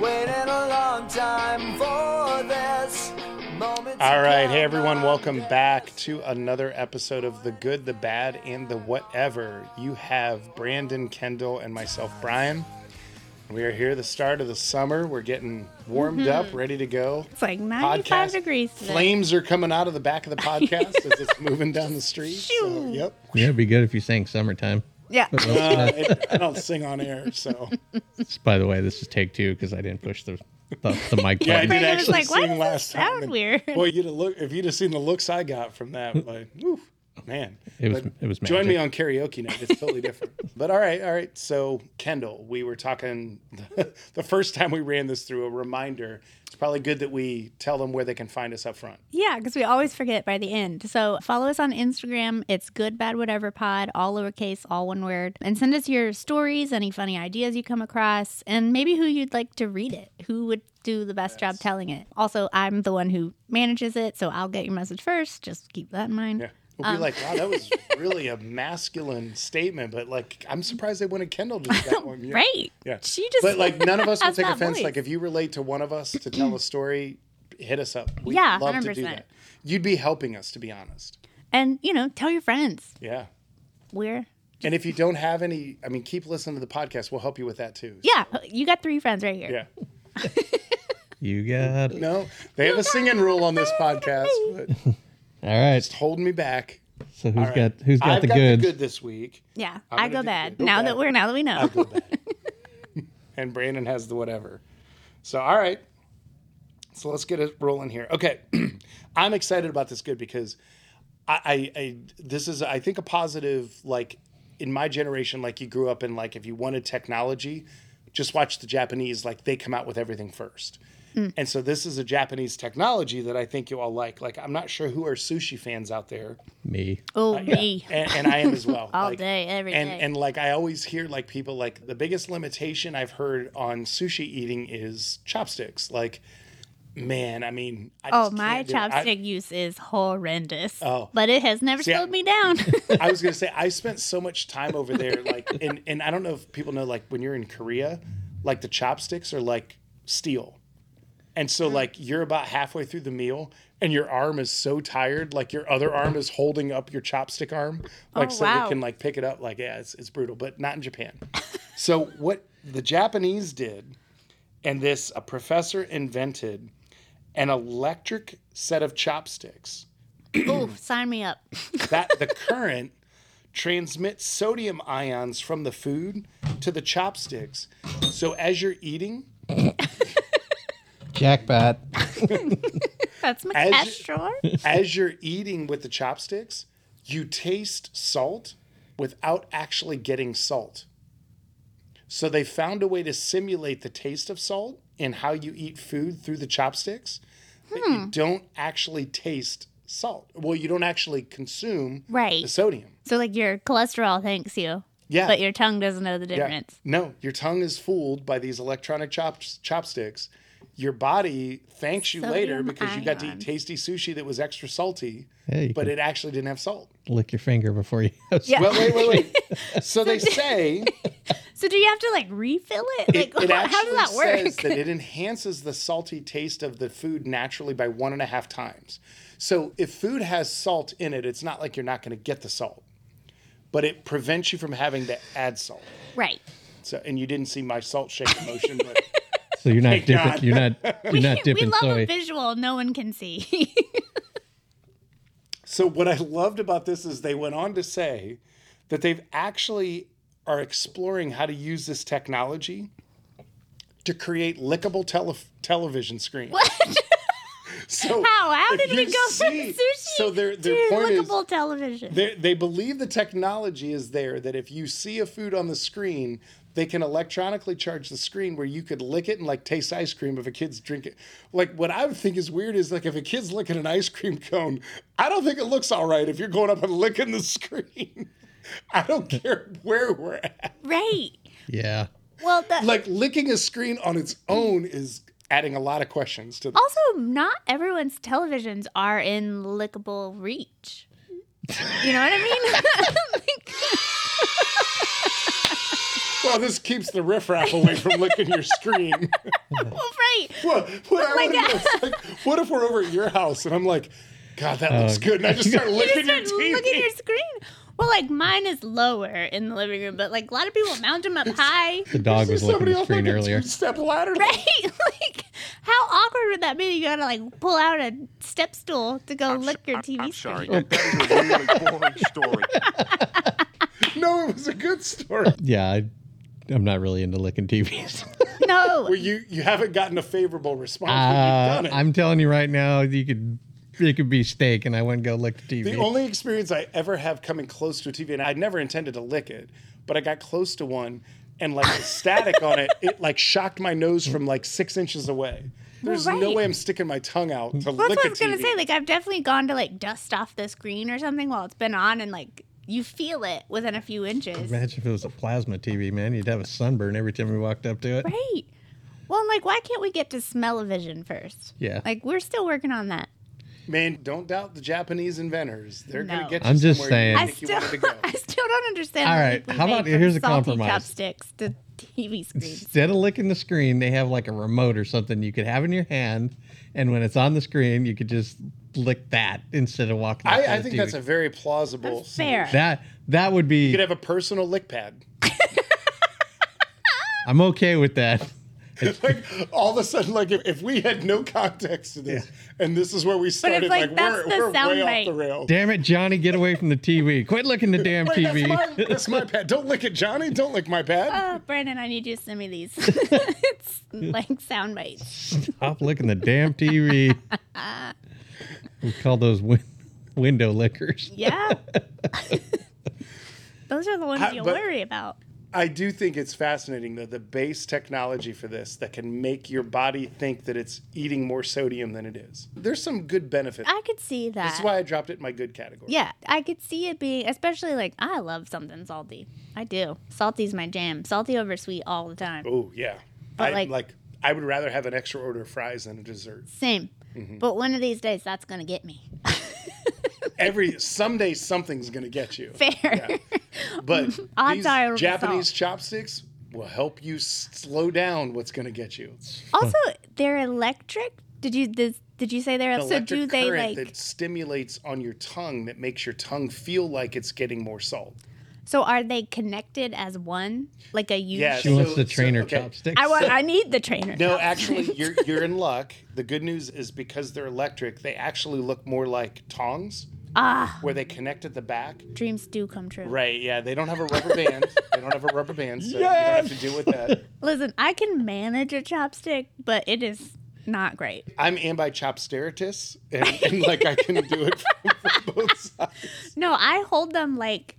Waiting a long time for this moment. All right, hey everyone, welcome back to another episode of The Good, the Bad, and the Whatever. You have Brandon Kendall and myself, Brian. We are here, the start of the summer. We're getting warmed up, ready to go. Mm-hmm. It's like 95 degrees today. Flames are coming out of the back of the podcast as it's moving down the street. So, yep. Yeah, it'd be good if you sang summertime. Yeah. Uh, it- I don't sing on air, so Just, by the way, this is take two because I didn't push the the, the mic yeah, I did button. Brandon was actually like, "Why sing does this last time. sound and- weird? Boy, you'd have look if you'd have seen the looks I got from that. Like, woof, man, It was But it was magic. Join me on karaoke night. It's totally different. But all right, all right. So Kendall, we were talking the first time we ran this through a reminder. It's probably good that we tell them where they can find us up front. Yeah, because we always forget by the end. So follow us on Instagram. It's good, bad, whatever pod, all lowercase, all one word. And send us your stories, any funny ideas you come across, and maybe who you'd like to read it. Who would do the best job telling it? Also, I'm the one who manages it, so I'll get your message first. Just keep that in mind. Yeah. We'll Um, be like, wow, that was really a masculine statement, but like, I'm surprised they wanted Kendall to do that one. Yeah. Right. Yeah. She just. But like, none of us will That's take that offense. voice. Like, if you relate to one of us to tell a story, hit us up. We Yeah, love to do 100%. that. You'd be helping us, to be honest. and, you know, tell your friends. Yeah. We're. And if you don't have any, I mean, keep listening to the podcast. We'll help you with that too. Yeah, you got three friends right here. Yeah. You got it. No, they have a singing rule on this podcast, but it's All right. holding me back. So who's All got right. who's got I've the got goods? the good this week. Yeah, I'm I gonna go do bad. good. Now Go that bad. we're now that we know. Go back. and Brandon has the whatever. So, all right. So let's get it rolling here. Okay. I'm excited about this good because I, I, I this is I think a positive like in my generation like you grew up in like if you wanted technology just watch the Japanese like they come out with everything first. And so this is a Japanese technology that I think you all like. Like I'm not sure who are sushi fans out there Me. Oh me. and, and I am as well. All Like, day, every and, day. And like I always hear, like people like the biggest limitation I've heard on sushi eating is chopsticks. Like, man, I mean, I Oh, just my can't do it. I- chopstick use is horrendous. Oh. But it has never See, I- slowed me down. I was gonna say I spent so much time over there, like, and and I don't know if people know, like, when you're in Korea, like the chopsticks are like steel, and Mm. so like you're about halfway through the meal and your arm is so tired, like your other arm is holding up your chopstick arm, like Oh, so wow. they can like pick it up. Like, yeah, it's it's brutal, but not in Japan. so what the Japanese did, and this a professor invented an electric set of chopsticks Ooh, sign me up. that the current transmits sodium ions from the food to the chopsticks. So as you're eating, Jackpot. That's my As- cash drawer. as you're eating with the chopsticks, you taste salt without actually getting salt. So they found a way to simulate the taste of salt in how you eat food through the chopsticks, but you Hmm. don't actually taste salt. Well, you don't actually consume Right. the sodium. So like your cholesterol thanks you. Yeah. But your tongue doesn't know the Yeah. difference. No, your tongue is fooled by these electronic chop- chopsticks. Your body thanks you later Sodium because you got to ion. eat tasty sushi that was extra salty, Hey, you but can it actually didn't have salt. lick your finger before you. Yeah. Well, wait, wait, wait. so they say So do you have to like refill it? it, Like it actually how does that says work? that it enhances the salty taste of the food naturally by one and a half times. So if food has salt in it, it's not like you're not going to get the salt, but it prevents you from having to add salt. Right. So, and you didn't see my salt shaking motion, but. So you're not dipping. God. You're not. You're not We dipping love a soy. visual no one can see. So what I loved about this is they went on to say that they've actually are exploring how to use this technology to create lickable tele- television screens. So how? How if did you we go from see- sushi So their their to point is lookable television? they they believe the technology is there that if you see a food on the screen, they can electronically charge the screen where you could lick it and like taste ice cream if a kid's drinking. Like what I would think is weird is like if a kid's licking an ice cream cone, I don't think it looks all right if you're going up and licking the screen. I don't care where we're at. Right. Yeah. Well that Like licking a screen on its own is adding a lot of questions to the Also, not everyone's televisions are in lickable reach. You know what I mean? Like, Well, this keeps the riffraff away from licking your screen. Well, right. What, Oh what, I wanna know is, like, what if we're over at your house and I'm like, God, that looks Uh, good, and I just start You licking just your start looking at TV. your screen. Well, like mine is lower in the living room, but like a lot of people mount them up high. The dog was looking Somebody at the else screen like earlier. a two-step ladder. Right? like, how awkward would that be? You gotta like pull out a step stool to go lick your TV I'm screen. sorry. That, that is a really boring story. No, it was a good story. Yeah, I, I'm not really into licking TVs. No. Well, you you haven't gotten a favorable response. Uh, when you've done it. I'm telling you right now, you could it could be steak, and I wouldn't go lick the TV. The only experience I ever have coming close to a TV, and I never intended to lick it, but I got close to one, and like the static on it, it like shocked my nose from like six inches away. There's no right. way I'm sticking my tongue out to Well, lick that's what a I was gonna TV. say. Like I've definitely gone to like dust off the screen or something while it's been on, and like you feel it within a few inches. Imagine if it was a plasma TV, man. You'd have a sunburn every time we walked up to it. Right. Well, like why can't we get to smell-o-vision first? Yeah. Like we're still working on that. Man, don't doubt the Japanese inventors. They're No. gonna get. You I'm just somewhere you saying. I didn't think you still, wanted to go. I still don't understand. All the right, leap we how about- made from here's a salty compromise. chopsticks to TV screens. Instead of licking the screen, they have like a remote or something you could have in your hand, and when it's on the screen, you could just lick that instead of walking. up to I, I the think TV. that's a very plausible. solution. Fair. that that would You be. could have a personal lick pad. I'm okay with that. like all of a sudden, like if, if we had no context to this, and this is where we started, like, like, that's we're, the we're sound way bite. off the rails. Damn it, Johnny! Get away from the TV! Quit licking the damn Wait, That's TV! my, that's my pad. Don't lick it, Johnny. Don't lick my pad. Oh, Brandon, I need you to send me these. it's like sound bites. Stop licking the damn TV. we call those win- window lickers. Yeah. Those are the ones I- you but- worry about. I do think it's fascinating though the base technology for this that can make your body think that it's eating more sodium than it is. There's some good benefits. I could see that. This is why I dropped it in my good category. yeah, I could see it being, especially like I love something salty. I do. Salty's my jam. Salty over sweet all the time. Oh yeah. But, I like- like, I would rather have an extra order of fries than a dessert. Same. Mm-hmm. But one of these days, that's gonna get me. Every someday something's gonna get you. Fair. But Odds these are it'll be Japanese salt. chopsticks will help you s- slow down what's gonna get you. Also, they're electric. Did you did, did you say they're an so? electric Do they current like that stimulates on your tongue that makes your tongue feel like it's getting more salt. so? Are they connected as one, like a U? Yeah, She So- wants to so, train her okay. chopsticks. I want. I need the trainer. No, top. actually, you're you're in luck. The good news is because they're electric, they actually look more like tongs, ah, where they connect at the back. dreams do come true. Right? Yeah, they don't have a rubber band. they don't have a rubber band, so you don't have to deal with that. Listen, I can manage a chopstick, but it is not great. I'm ambi chopsteritis, and, and like I can do it from, from both sides. No, I hold them like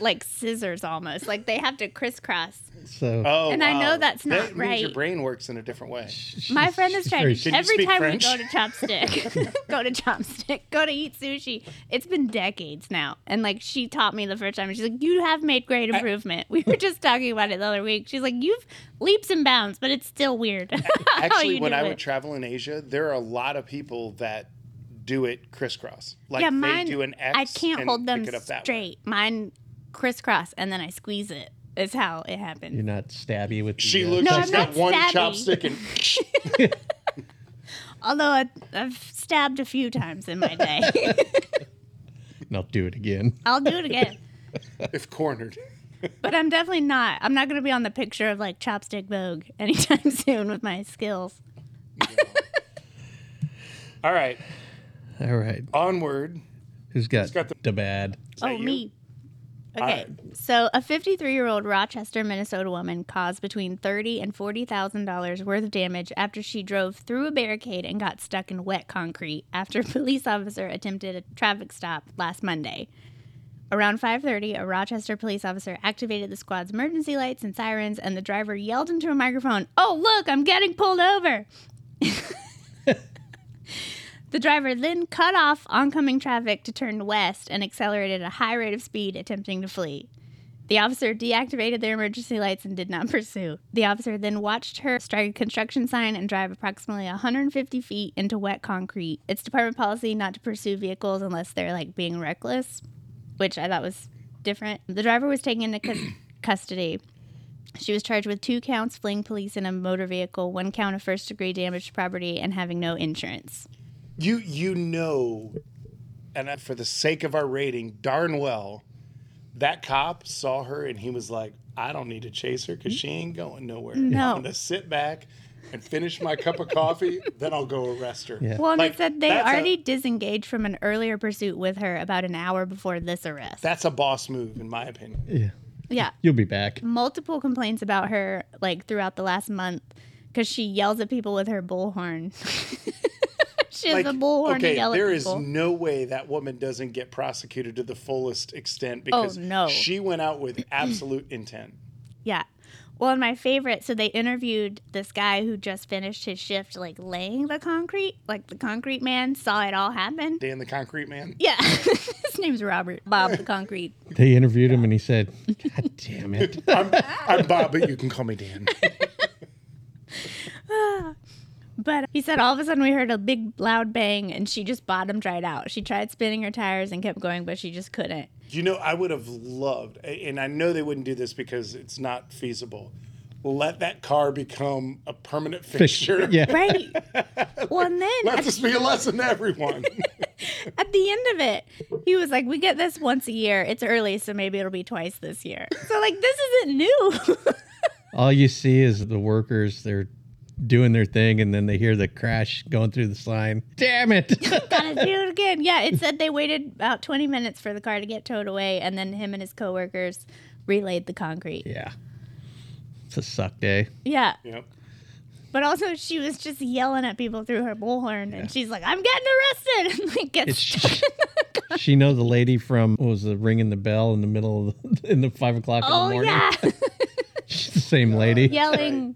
like scissors almost. Like they have to crisscross. so Oh, And I know wow. that's not that means Your right. brain works in a different way. My friend is she's trying very- to Can you every speak time French? we go to chopstick, go to chopstick, go to eat sushi. It's been decades now, and like she taught me the first time, and she's like, "You have made great improvement." we were just talking about it the other week. She's like, "You've leaps and bounds, but it's still weird." how Actually, oh, you when do I it. would travel in Asia, there are a lot of people that do it crisscross. Like yeah, they mine. do an X. I can't and hold them pick it up that way. straight. Mine crisscross, and then I squeeze it. Is how it happened. you're not stabby with. the, She uh, looks. No, she's I'm got not one stabby. chopstick and Although I, I've stabbed a few times in my day, And I'll do it again. I'll do it again. if cornered. But I'm definitely not. I'm not going to be on the picture of like chopstick vogue anytime soon with my skills. All right, All right. onward. Who's got, got the- the bad? Oh, that you? me. Okay. So, a 53 year old Rochester, Minnesota woman caused between thirty and forty thousand dollars worth of damage after she drove through a barricade and got stuck in wet concrete after a police officer attempted a traffic stop last Monday. Around 5:30, a Rochester police officer activated the squad's emergency lights and sirens, and the driver yelled into a microphone, "Oh look, I'm getting pulled over!" The driver then cut off oncoming traffic to turn west and accelerated at a high rate of speed, attempting to flee. The officer deactivated their emergency lights and did not pursue. The officer then watched her strike a construction sign and drive approximately 150 feet into wet concrete. It's department policy not to pursue vehicles unless they're like being reckless, which I thought was different. The driver was taken into cus- custody She was charged with two counts fleeing police in a motor vehicle, one count of first degree damage to property, and having no insurance. You you know, and that- for the sake of our rating, darn well, that cop saw her and he was like, "I don't need to chase her because she ain't going nowhere. No. I'm gonna sit back and finish my cup of coffee, then I'll go arrest her." Yeah. Well, and Like, it said they that's a- already disengaged from an earlier pursuit with her about an hour before this arrest. That's a boss move, in my opinion. Yeah. yeah. You'll be back. multiple complaints about her like throughout the last month because she yells at people with her bullhorn. she has Like, a bullhorn okay, to yell there at is people. no way that woman doesn't get prosecuted to the fullest extent because Oh, no. she went out with absolute intent. yeah. Well, and my favorite. So they interviewed this guy who just finished his shift, like laying the concrete. Like the concrete man saw it all happen. Dan the Concrete Man. Yeah, his name's Robert Bob the Concrete. They interviewed him and he said, God damn it. I'm, I'm Bob, but you can call me Dan. But he said all of a sudden we heard a big loud bang, and she just bottom dried out. She tried spinning her tires and kept going, but she just couldn't. You know, I would have loved, and I know they wouldn't do this because it's not feasible. Let that car become a permanent fixture. Yeah. Right. well, and then Let this be a lesson to everyone. At the end of it, he was like, "We get this once a year. It's early, so maybe it'll be twice this year." So like, this isn't new. All you see is the workers, they're doing their thing and then they hear the crash going through the sign. Damn it. Gotta do it again. Yeah, it said they waited about 20 minutes for the car to get towed away, and then him and his coworkers relayed the concrete. yeah. It's a suck day. Yeah, yep. but also she was just yelling at people through her bullhorn, and she's like, "I'm getting arrested!" And like, gets It's she know the lady from what was the ringing the bell in the middle of the, in the five o'clock in oh the morning. yeah, She's the same lady. yelling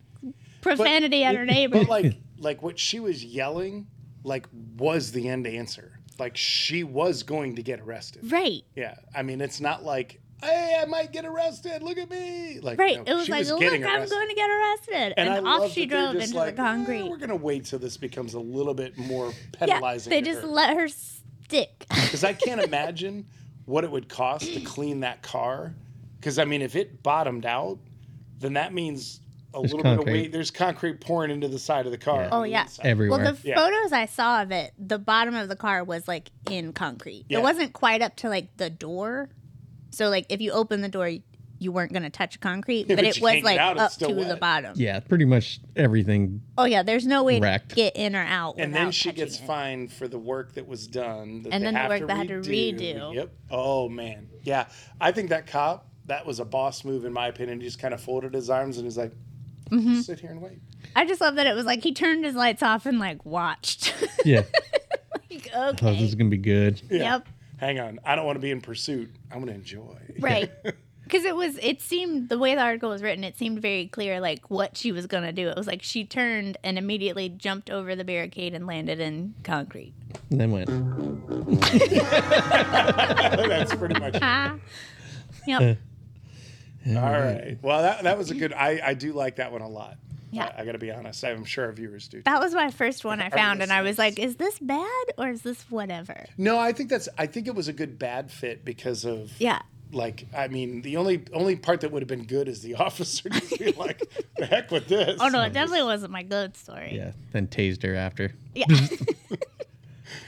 profanity at her neighbor. But like, like what she was yelling, like was the end answer. Like she was going to get arrested. right. Yeah. I mean, it's not like, hey, I might get arrested. Look at me. Like, Right. no, it was she like, look, getting I'm arrested. going to get arrested. And, And, I off love she that they're drove just into like, the "Eh, concrete. we're gonna wait till this becomes a little bit more yeah, penalizing. they to just her. let her stick. because I can't imagine what it would cost to clean that car. Because I mean, if it bottomed out, then that means a There's little bit concrete. of weight. There's concrete pouring into the side of the car. Oh, yeah. Everywhere. well, the Yeah. photos I saw of it, the bottom of the car was like in concrete. Yeah. It wasn't quite up to like the door. So like if you open the door, you weren't going to touch concrete, but, but it you was can't get like out, it's up still to the wet. bottom. yeah, pretty much everything. Oh yeah, there's no way Wrecked. to get in or out. And then without she touching gets it. fined for the work that was done. That And they then the have work they had to redo. Yep. Oh man. Yeah. I think that cop. That was a boss move, in my opinion. He just kind of folded his arms and he's like, Mm-hmm. "Sit here and wait." I just love that it was like he turned his lights off and like watched. Yeah. Like, Oh, this okay. is gonna be good. Yeah. Yep. Hang on. I don't want to be in pursuit. I'm going to enjoy. right because it was it seemed the way the article was written it seemed very clear like what she was gonna do it was like she turned and immediately jumped over the barricade and landed in concrete And then went. That's pretty much. it. ah yep All Mm-hmm. right. Well, that, that was a good. I, I do like that one a lot. Yeah. I, I got to be honest. I'm sure our viewers do. that was my first one i found and i was listeners. like is this bad or is this whatever No, I think that's. I think it was a good bad fit because of. yeah Like, I mean, the only only part that would have been good is the officer just be like, "The heck with this." oh no it definitely wasn't my good story Yeah. Then tased her after. Yeah.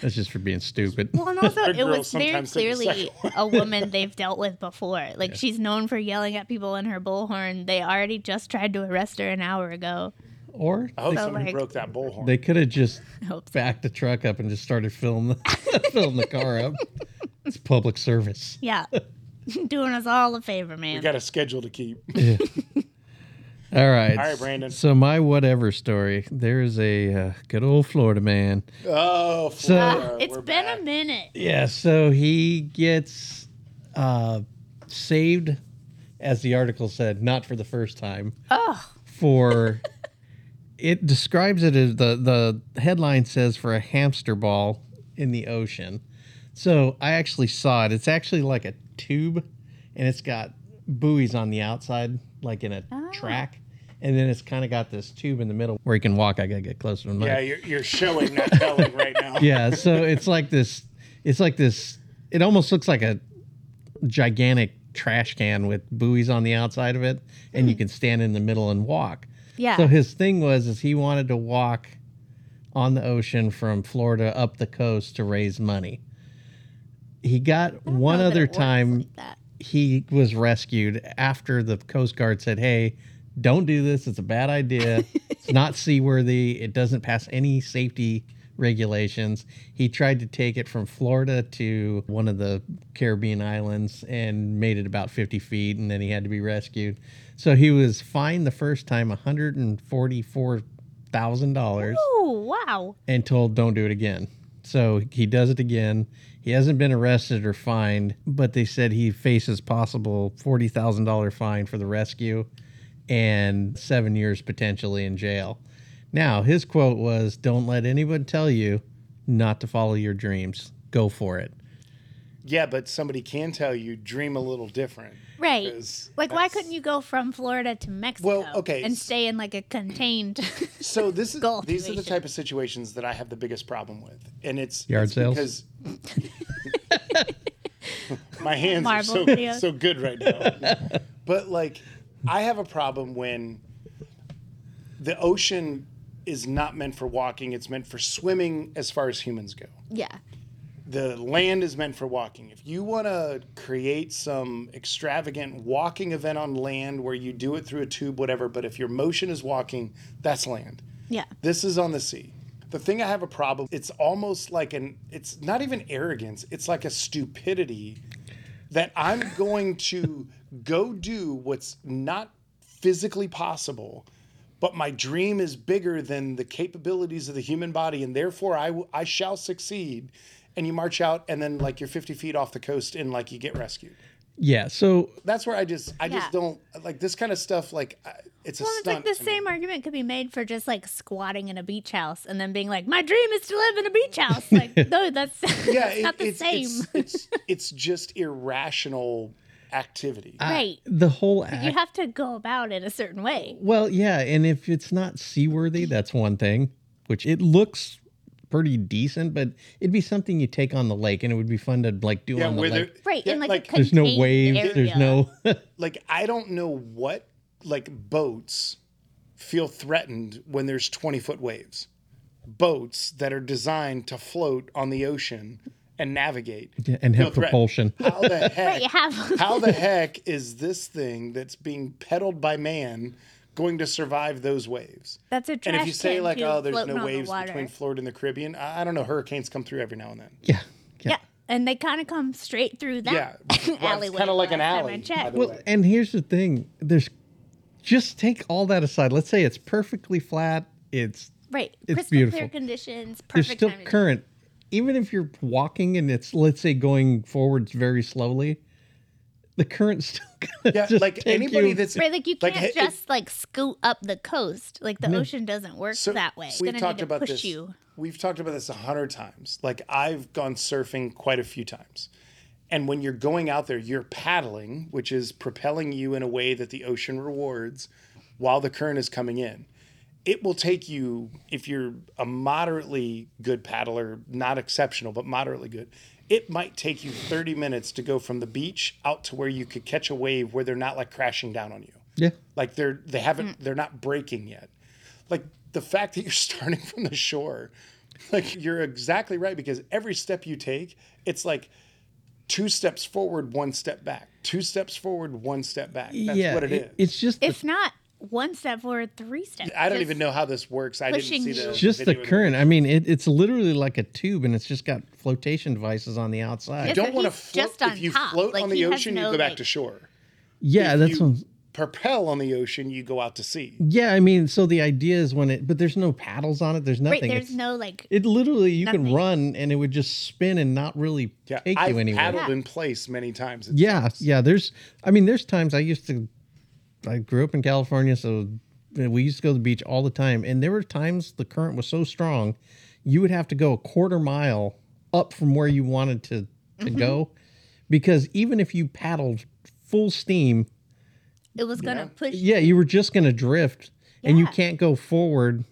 That's just for being stupid. Well, and also, it girls was very sometimes take the clearly a woman they've dealt with before. Like, she's known for yelling at people in her bullhorn. They already just tried to arrest her an hour ago. Or I hope So, somebody like- broke that bullhorn. they could have just Hope so. backed the truck up and just started filling the, filling the car up. It's public service. Yeah. Doing us all a favor, we man. got a schedule to keep. All All right. right, Brandon. So my whatever story. There is a uh, good old Florida man. Oh, So- Florida, Uh, it's we're been back. a minute. Yeah. So he gets uh, saved, as the article said, not for the first time. Oh, for it describes it as the the headline says for a hamster ball in the ocean. So I actually saw it. It's actually like a tube and it's got buoys on the outside like in a track and then it's kind of got this tube in the middle where you can walk. I got to get closer to my Yeah, you're, you're showing, not telling right now. yeah so it's like this it's like this it almost looks like a gigantic trash can with buoys on the outside of it, and you can stand in the middle and walk. Hmm. Yeah. So his thing was is he wanted to walk on the ocean from Florida up the coast to raise money. He got one know that it other works time like that. he was rescued after the Coast Guard said, "Hey, don't do this. It's a bad idea. it's not seaworthy. It doesn't pass any safety regulations." He tried to take it from Florida to one of the Caribbean islands and made it about 50 feet, and then he had to be rescued. So he was fined the first time 144 thousand dollars Oh wow! and told don't do it again. So he does it again. He hasn't been arrested or fined, but they said he faces possible forty thousand dollar fine for the rescue and seven years potentially in jail. Now his quote was, "Don't let anyone tell you not to follow your dreams. Go for it." Yeah, but somebody can tell you dream a little different. Right. Because Like, why couldn't you go from Florida to Mexico? Well, okay, and s- stay in like a contained. So this is Goal these are the situation. type of situations that I have the biggest problem with, and it's Yard it's sales? because my hands Marble are so videos. so good right now. but like, I have a problem when the ocean is not meant for walking; it's meant for swimming, as far as humans go yeah. the land is meant for walking. If you want to create some extravagant walking event on land where you do it through a tube, whatever, but if your motion is walking, that's land. Yeah. This is on the sea. The thing I have a problem, it's almost like an, it's not even arrogance, it's like a stupidity that I'm going to go do what's not physically possible, but my dream is bigger than the capabilities of the human body, and therefore I, w- I shall succeed. And you march out, and then like you're 50 feet off the coast, and like you get rescued. Yeah. So That's where I just, I just Yeah. don't like this kind of stuff. Like, I- it's a Well, it's stunt. like the to me. same argument could be made for just like squatting in a beach house and then being like, "My dream is to live in a beach house." Like, no, that's yeah, that's it- not the it's, same. It's, it's, it's just irrational activity. right. the whole act. you have to go about it a certain way. Well, yeah, and if it's not seaworthy, that's one thing, which it looks pretty decent, but it'd be something you take on the lake, and it would be fun to like do yeah, on the where lake. there, Right. yeah, in like, a there's no contained waves. area. There's no. like I don't know what like boats feel threatened when there's 20 foot waves. Boats that are designed to float on the ocean and navigate and feel threatened. have propulsion. How the Right, you heck? have how the heck is this thing that's being pedaled by man going to survive those waves? that's a trash and if you say can like, too, oh, there's floating no on the waves water. between Florida and the Caribbean, I, I don't know. Hurricanes come through every now and then. yeah, yeah. yeah, and they kind of come straight through that Yeah, well, it's alleyway. kinda like an last time alley, I by checked. the Well, way. and here's the thing: there's just take all that aside. Let's say it's perfectly flat. It's Right. It's Crystal beautiful. clear conditions. Perfect there's still time to do it. current. Even if you're walking and it's let's say going forwards very slowly, the current's still gonna Yeah, just like take anybody you- that's Right, like you Like, can't it- just like scoot up the coast. Like the ocean doesn't work So, that way. It's We've gonna talked need to about push this. you. We've talked about this a hundred times. Like I've gone surfing quite a few times, and when you're going out there, you're paddling, which is propelling you in a way that the ocean rewards, while the current is coming in. It will take you if you're a moderately good paddler, not exceptional, but moderately good. It might take you 30 minutes to go from the beach out to where you could catch a wave where they're not like crashing down on you yeah. like they're they haven't Mm. they're not breaking yet like the fact that you're starting from the shore like you're exactly right because every step you take it's like two steps forward one step back two steps forward one step back that's yeah, what it- it is It's just If not one step forward, three steps. i don't Just- even know how this works i didn't pushing see you. the just the video. current. I mean, it, it's literally like a tube, and it's just got flotation devices on the outside. you Yes, don't but want to he's float just on if you top. float Like, on he the has ocean you no, go back like- to shore yeah, that's you what, propel on the ocean you go out to sea yeah. I mean, so the idea is when it, but there's no paddles on it. There's Right, nothing. there's It's- no like It literally you can nothing. run and it would just spin and not really yeah take i've you anywhere. paddled in place many times It's- Yeah, yeah. There's, I mean, there's times I used to, I grew up in California, so we used to go to the beach all the time. And there were times the current was so strong, you would have to go a quarter mile up from where you wanted to, to Mm-hmm. go. Because even if you paddled full steam, it was gonna push. yeah, you were just going to drift and you Yeah. can't go forward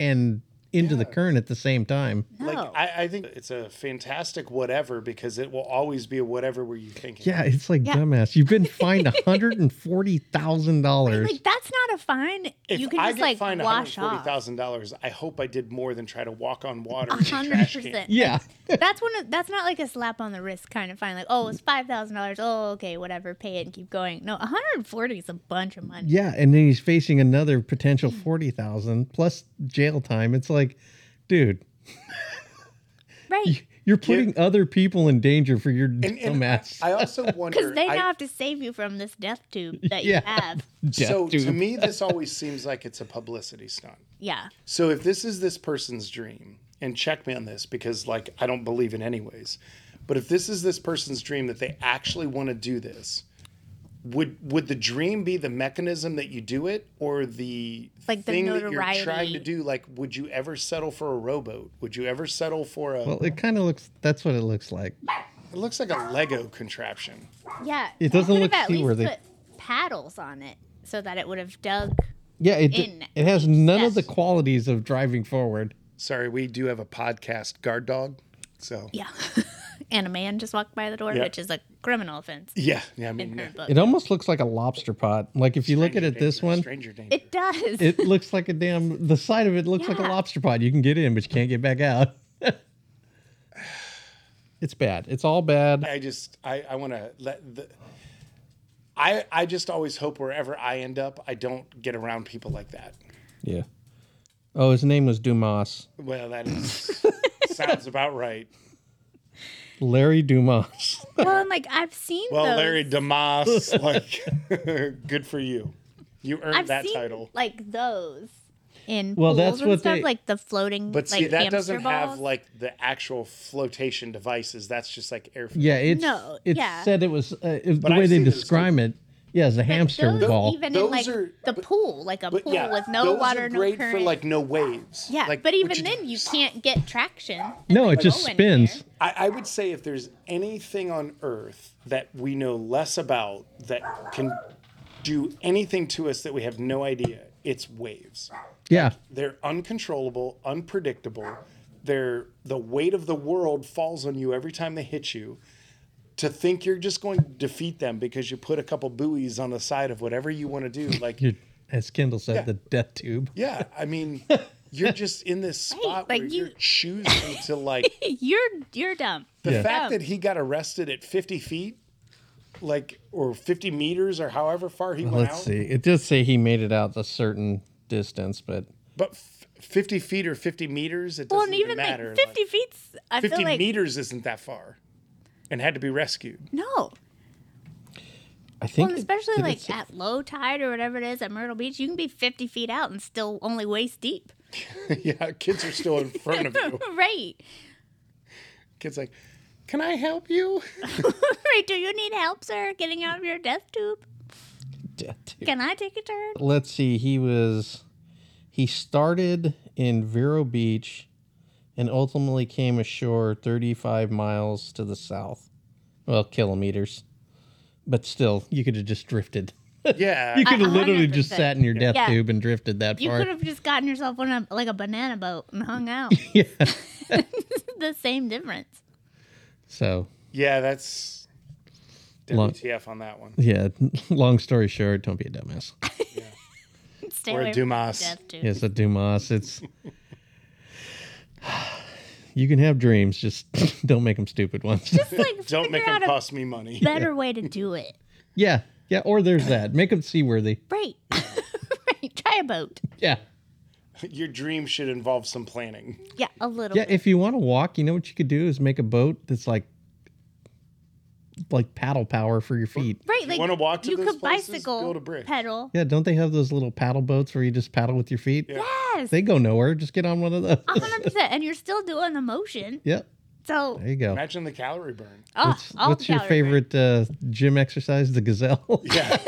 and into the current at the same time. Like No. I, I think it's a fantastic whatever because it will always be a whatever were you thinking. Yeah, it's like Yeah. dumbass. You've been fined hundred and forty thousand dollars. Like that's not a fine. If you can I just get like fined one hundred wash forty off. thousand dollars, I hope I did more than try to walk on water. in a Hundred trash can. percent. Yeah, That's one. Of, that's not like a slap on the wrist kind of fine. Like, oh, it's five thousand dollars. Oh, okay, whatever. Pay it and keep going. No, one hundred and forty is a bunch of money. yeah, and then he's facing another potential Hmm. forty thousand plus jail time. It's like, dude, Right? you're putting other people in danger for your And, and dumbass. I also wonder Because they now I- have to save you from this death tube that Yeah. you have. Death so to tube. me this always seems like it's a publicity stunt. Yeah. So if this is this person's dream, and check me on this because like I don't believe in anyways, but if this is this person's dream that they actually want to do this, would would the dream be the mechanism that you do it or the Like the thing that you're trying notoriety. to do? Like, would you ever settle for a rowboat? Would you ever settle for a? well, it kind of looks. That's what it looks like. it looks like a Lego contraption. Yeah. It doesn't You look could've at least seaworthy. Put paddles on it so that it would have dug. Yeah, it In. it has none of the Yes. qualities of driving forward. Sorry, we do have a podcast, Guard Dog. So Yeah. and a man just walked by the door, Yeah. which is a criminal offense. yeah, yeah. I in mean, her book. It almost looks like a lobster pot. Like if you look at it this danger, one, stranger danger. It does. it looks like a damn. The side of it looks like a Yeah. lobster pot. You can get in, but you can't get back out. it's bad. It's all bad. I just I, I want to let the. I I just always hope wherever I end up, I don't get around people like that. Yeah. Oh, his name was Dumas. Well, that is, sounds about right. Larry Dumas. well, and like I've seen. Well, those- Larry Damas, like, good for you. You earned I've that seen title. like those in Well, pools that's and what stuff, they- like the floating. But see, like, that hamster doesn't have balls. like the actual flotation devices. That's just like air. Yeah, it's No, it yeah. said it was uh, it, the I've way they seen it, it's describe it. Yeah, as a But hamster those, ball. Even Those in like are- the pool, like a But pool yeah, with no those water, are great no current. for like no waves. yeah, like, what but even you- then, you can't get traction. and, no, like, it just go anywhere. spins. I, I would say if there's anything on earth that we know less about that can do anything to us that we have no idea, it's waves. Yeah. They're uncontrollable, unpredictable. They're the weight of the world falls on you every time they hit you. To think you're just going to defeat them because you put a couple buoys on the side of whatever you want to do, like You're, as Kendall said, Yeah. the death tube. yeah, I mean, you're just in this spot like where you- you're choosing to like You're you're dumb. The Yeah. fact Yeah. that he got arrested at 50 feet, like, or 50 meters or however far he went Let's out. see. It does say he made it out a certain distance, but But f- 50 feet or 50 meters, it doesn't Well, and even like matter. fifty feet's, I like, 50 feel like meters isn't that far and had to be rescued. no. I think Well, and it- especially did it like say- at low tide or whatever it is at Myrtle Beach, you can be fifty feet out and still only waist deep. yeah, kids are still in front of you. right, Kids like, can I help you? right. Do you need help, sir, getting out of your death tube? death tube. Can I take a turn? let's see he was he started in vero beach and ultimately came ashore 35 miles to the south well kilometers but still you could have just drifted yeah. you could have literally just 100%. sat in your death Yeah. tube and drifted that You far could have just gotten yourself on a like a banana boat and hung out. yeah the same difference. so yeah, that's Long- WTF on that one. yeah long story short don't be a dumbass Stay Or a away Dumas. from death too. it's a dumas it's you can have dreams just don't make them stupid ones Just like Don't make figure them out a cost me money. better way to do it. yeah yeah or there's that make them seaworthy Right. right. Try a boat. yeah Your dream should involve some planning. Oh. Yeah, a little. Yeah, bit. if you want to walk, you know what you could do is make a boat that's like like paddle power for your feet. right. Like wanna walk to you those could places? bicycle, Build a bridge. pedal. Yeah, don't they have those little paddle boats where you just paddle with your feet? Yes. They go nowhere. Just get on one of those. A hundred percent, and you're still doing the motion. Yep. So, There you go. Imagine the calorie burn. oh, What's, all what's your calorie burn. favorite uh, gym exercise? The gazelle. Yeah.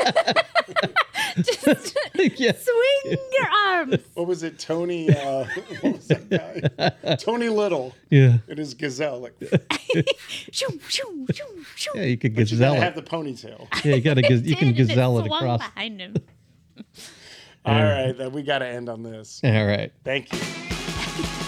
Just yes. swing your arms. what was it, Tony? Uh, what was that guy? Tony Little Yeah. and his gazelle. Like, Shoo, shoo, shoo, shoo. Yeah, you could you gazelle gotta have it. the ponytail. Yeah, you got to. You can Did, and gazelle it swung across. behind him. All right, then we gotta end on this. All right. Thank you. Bye.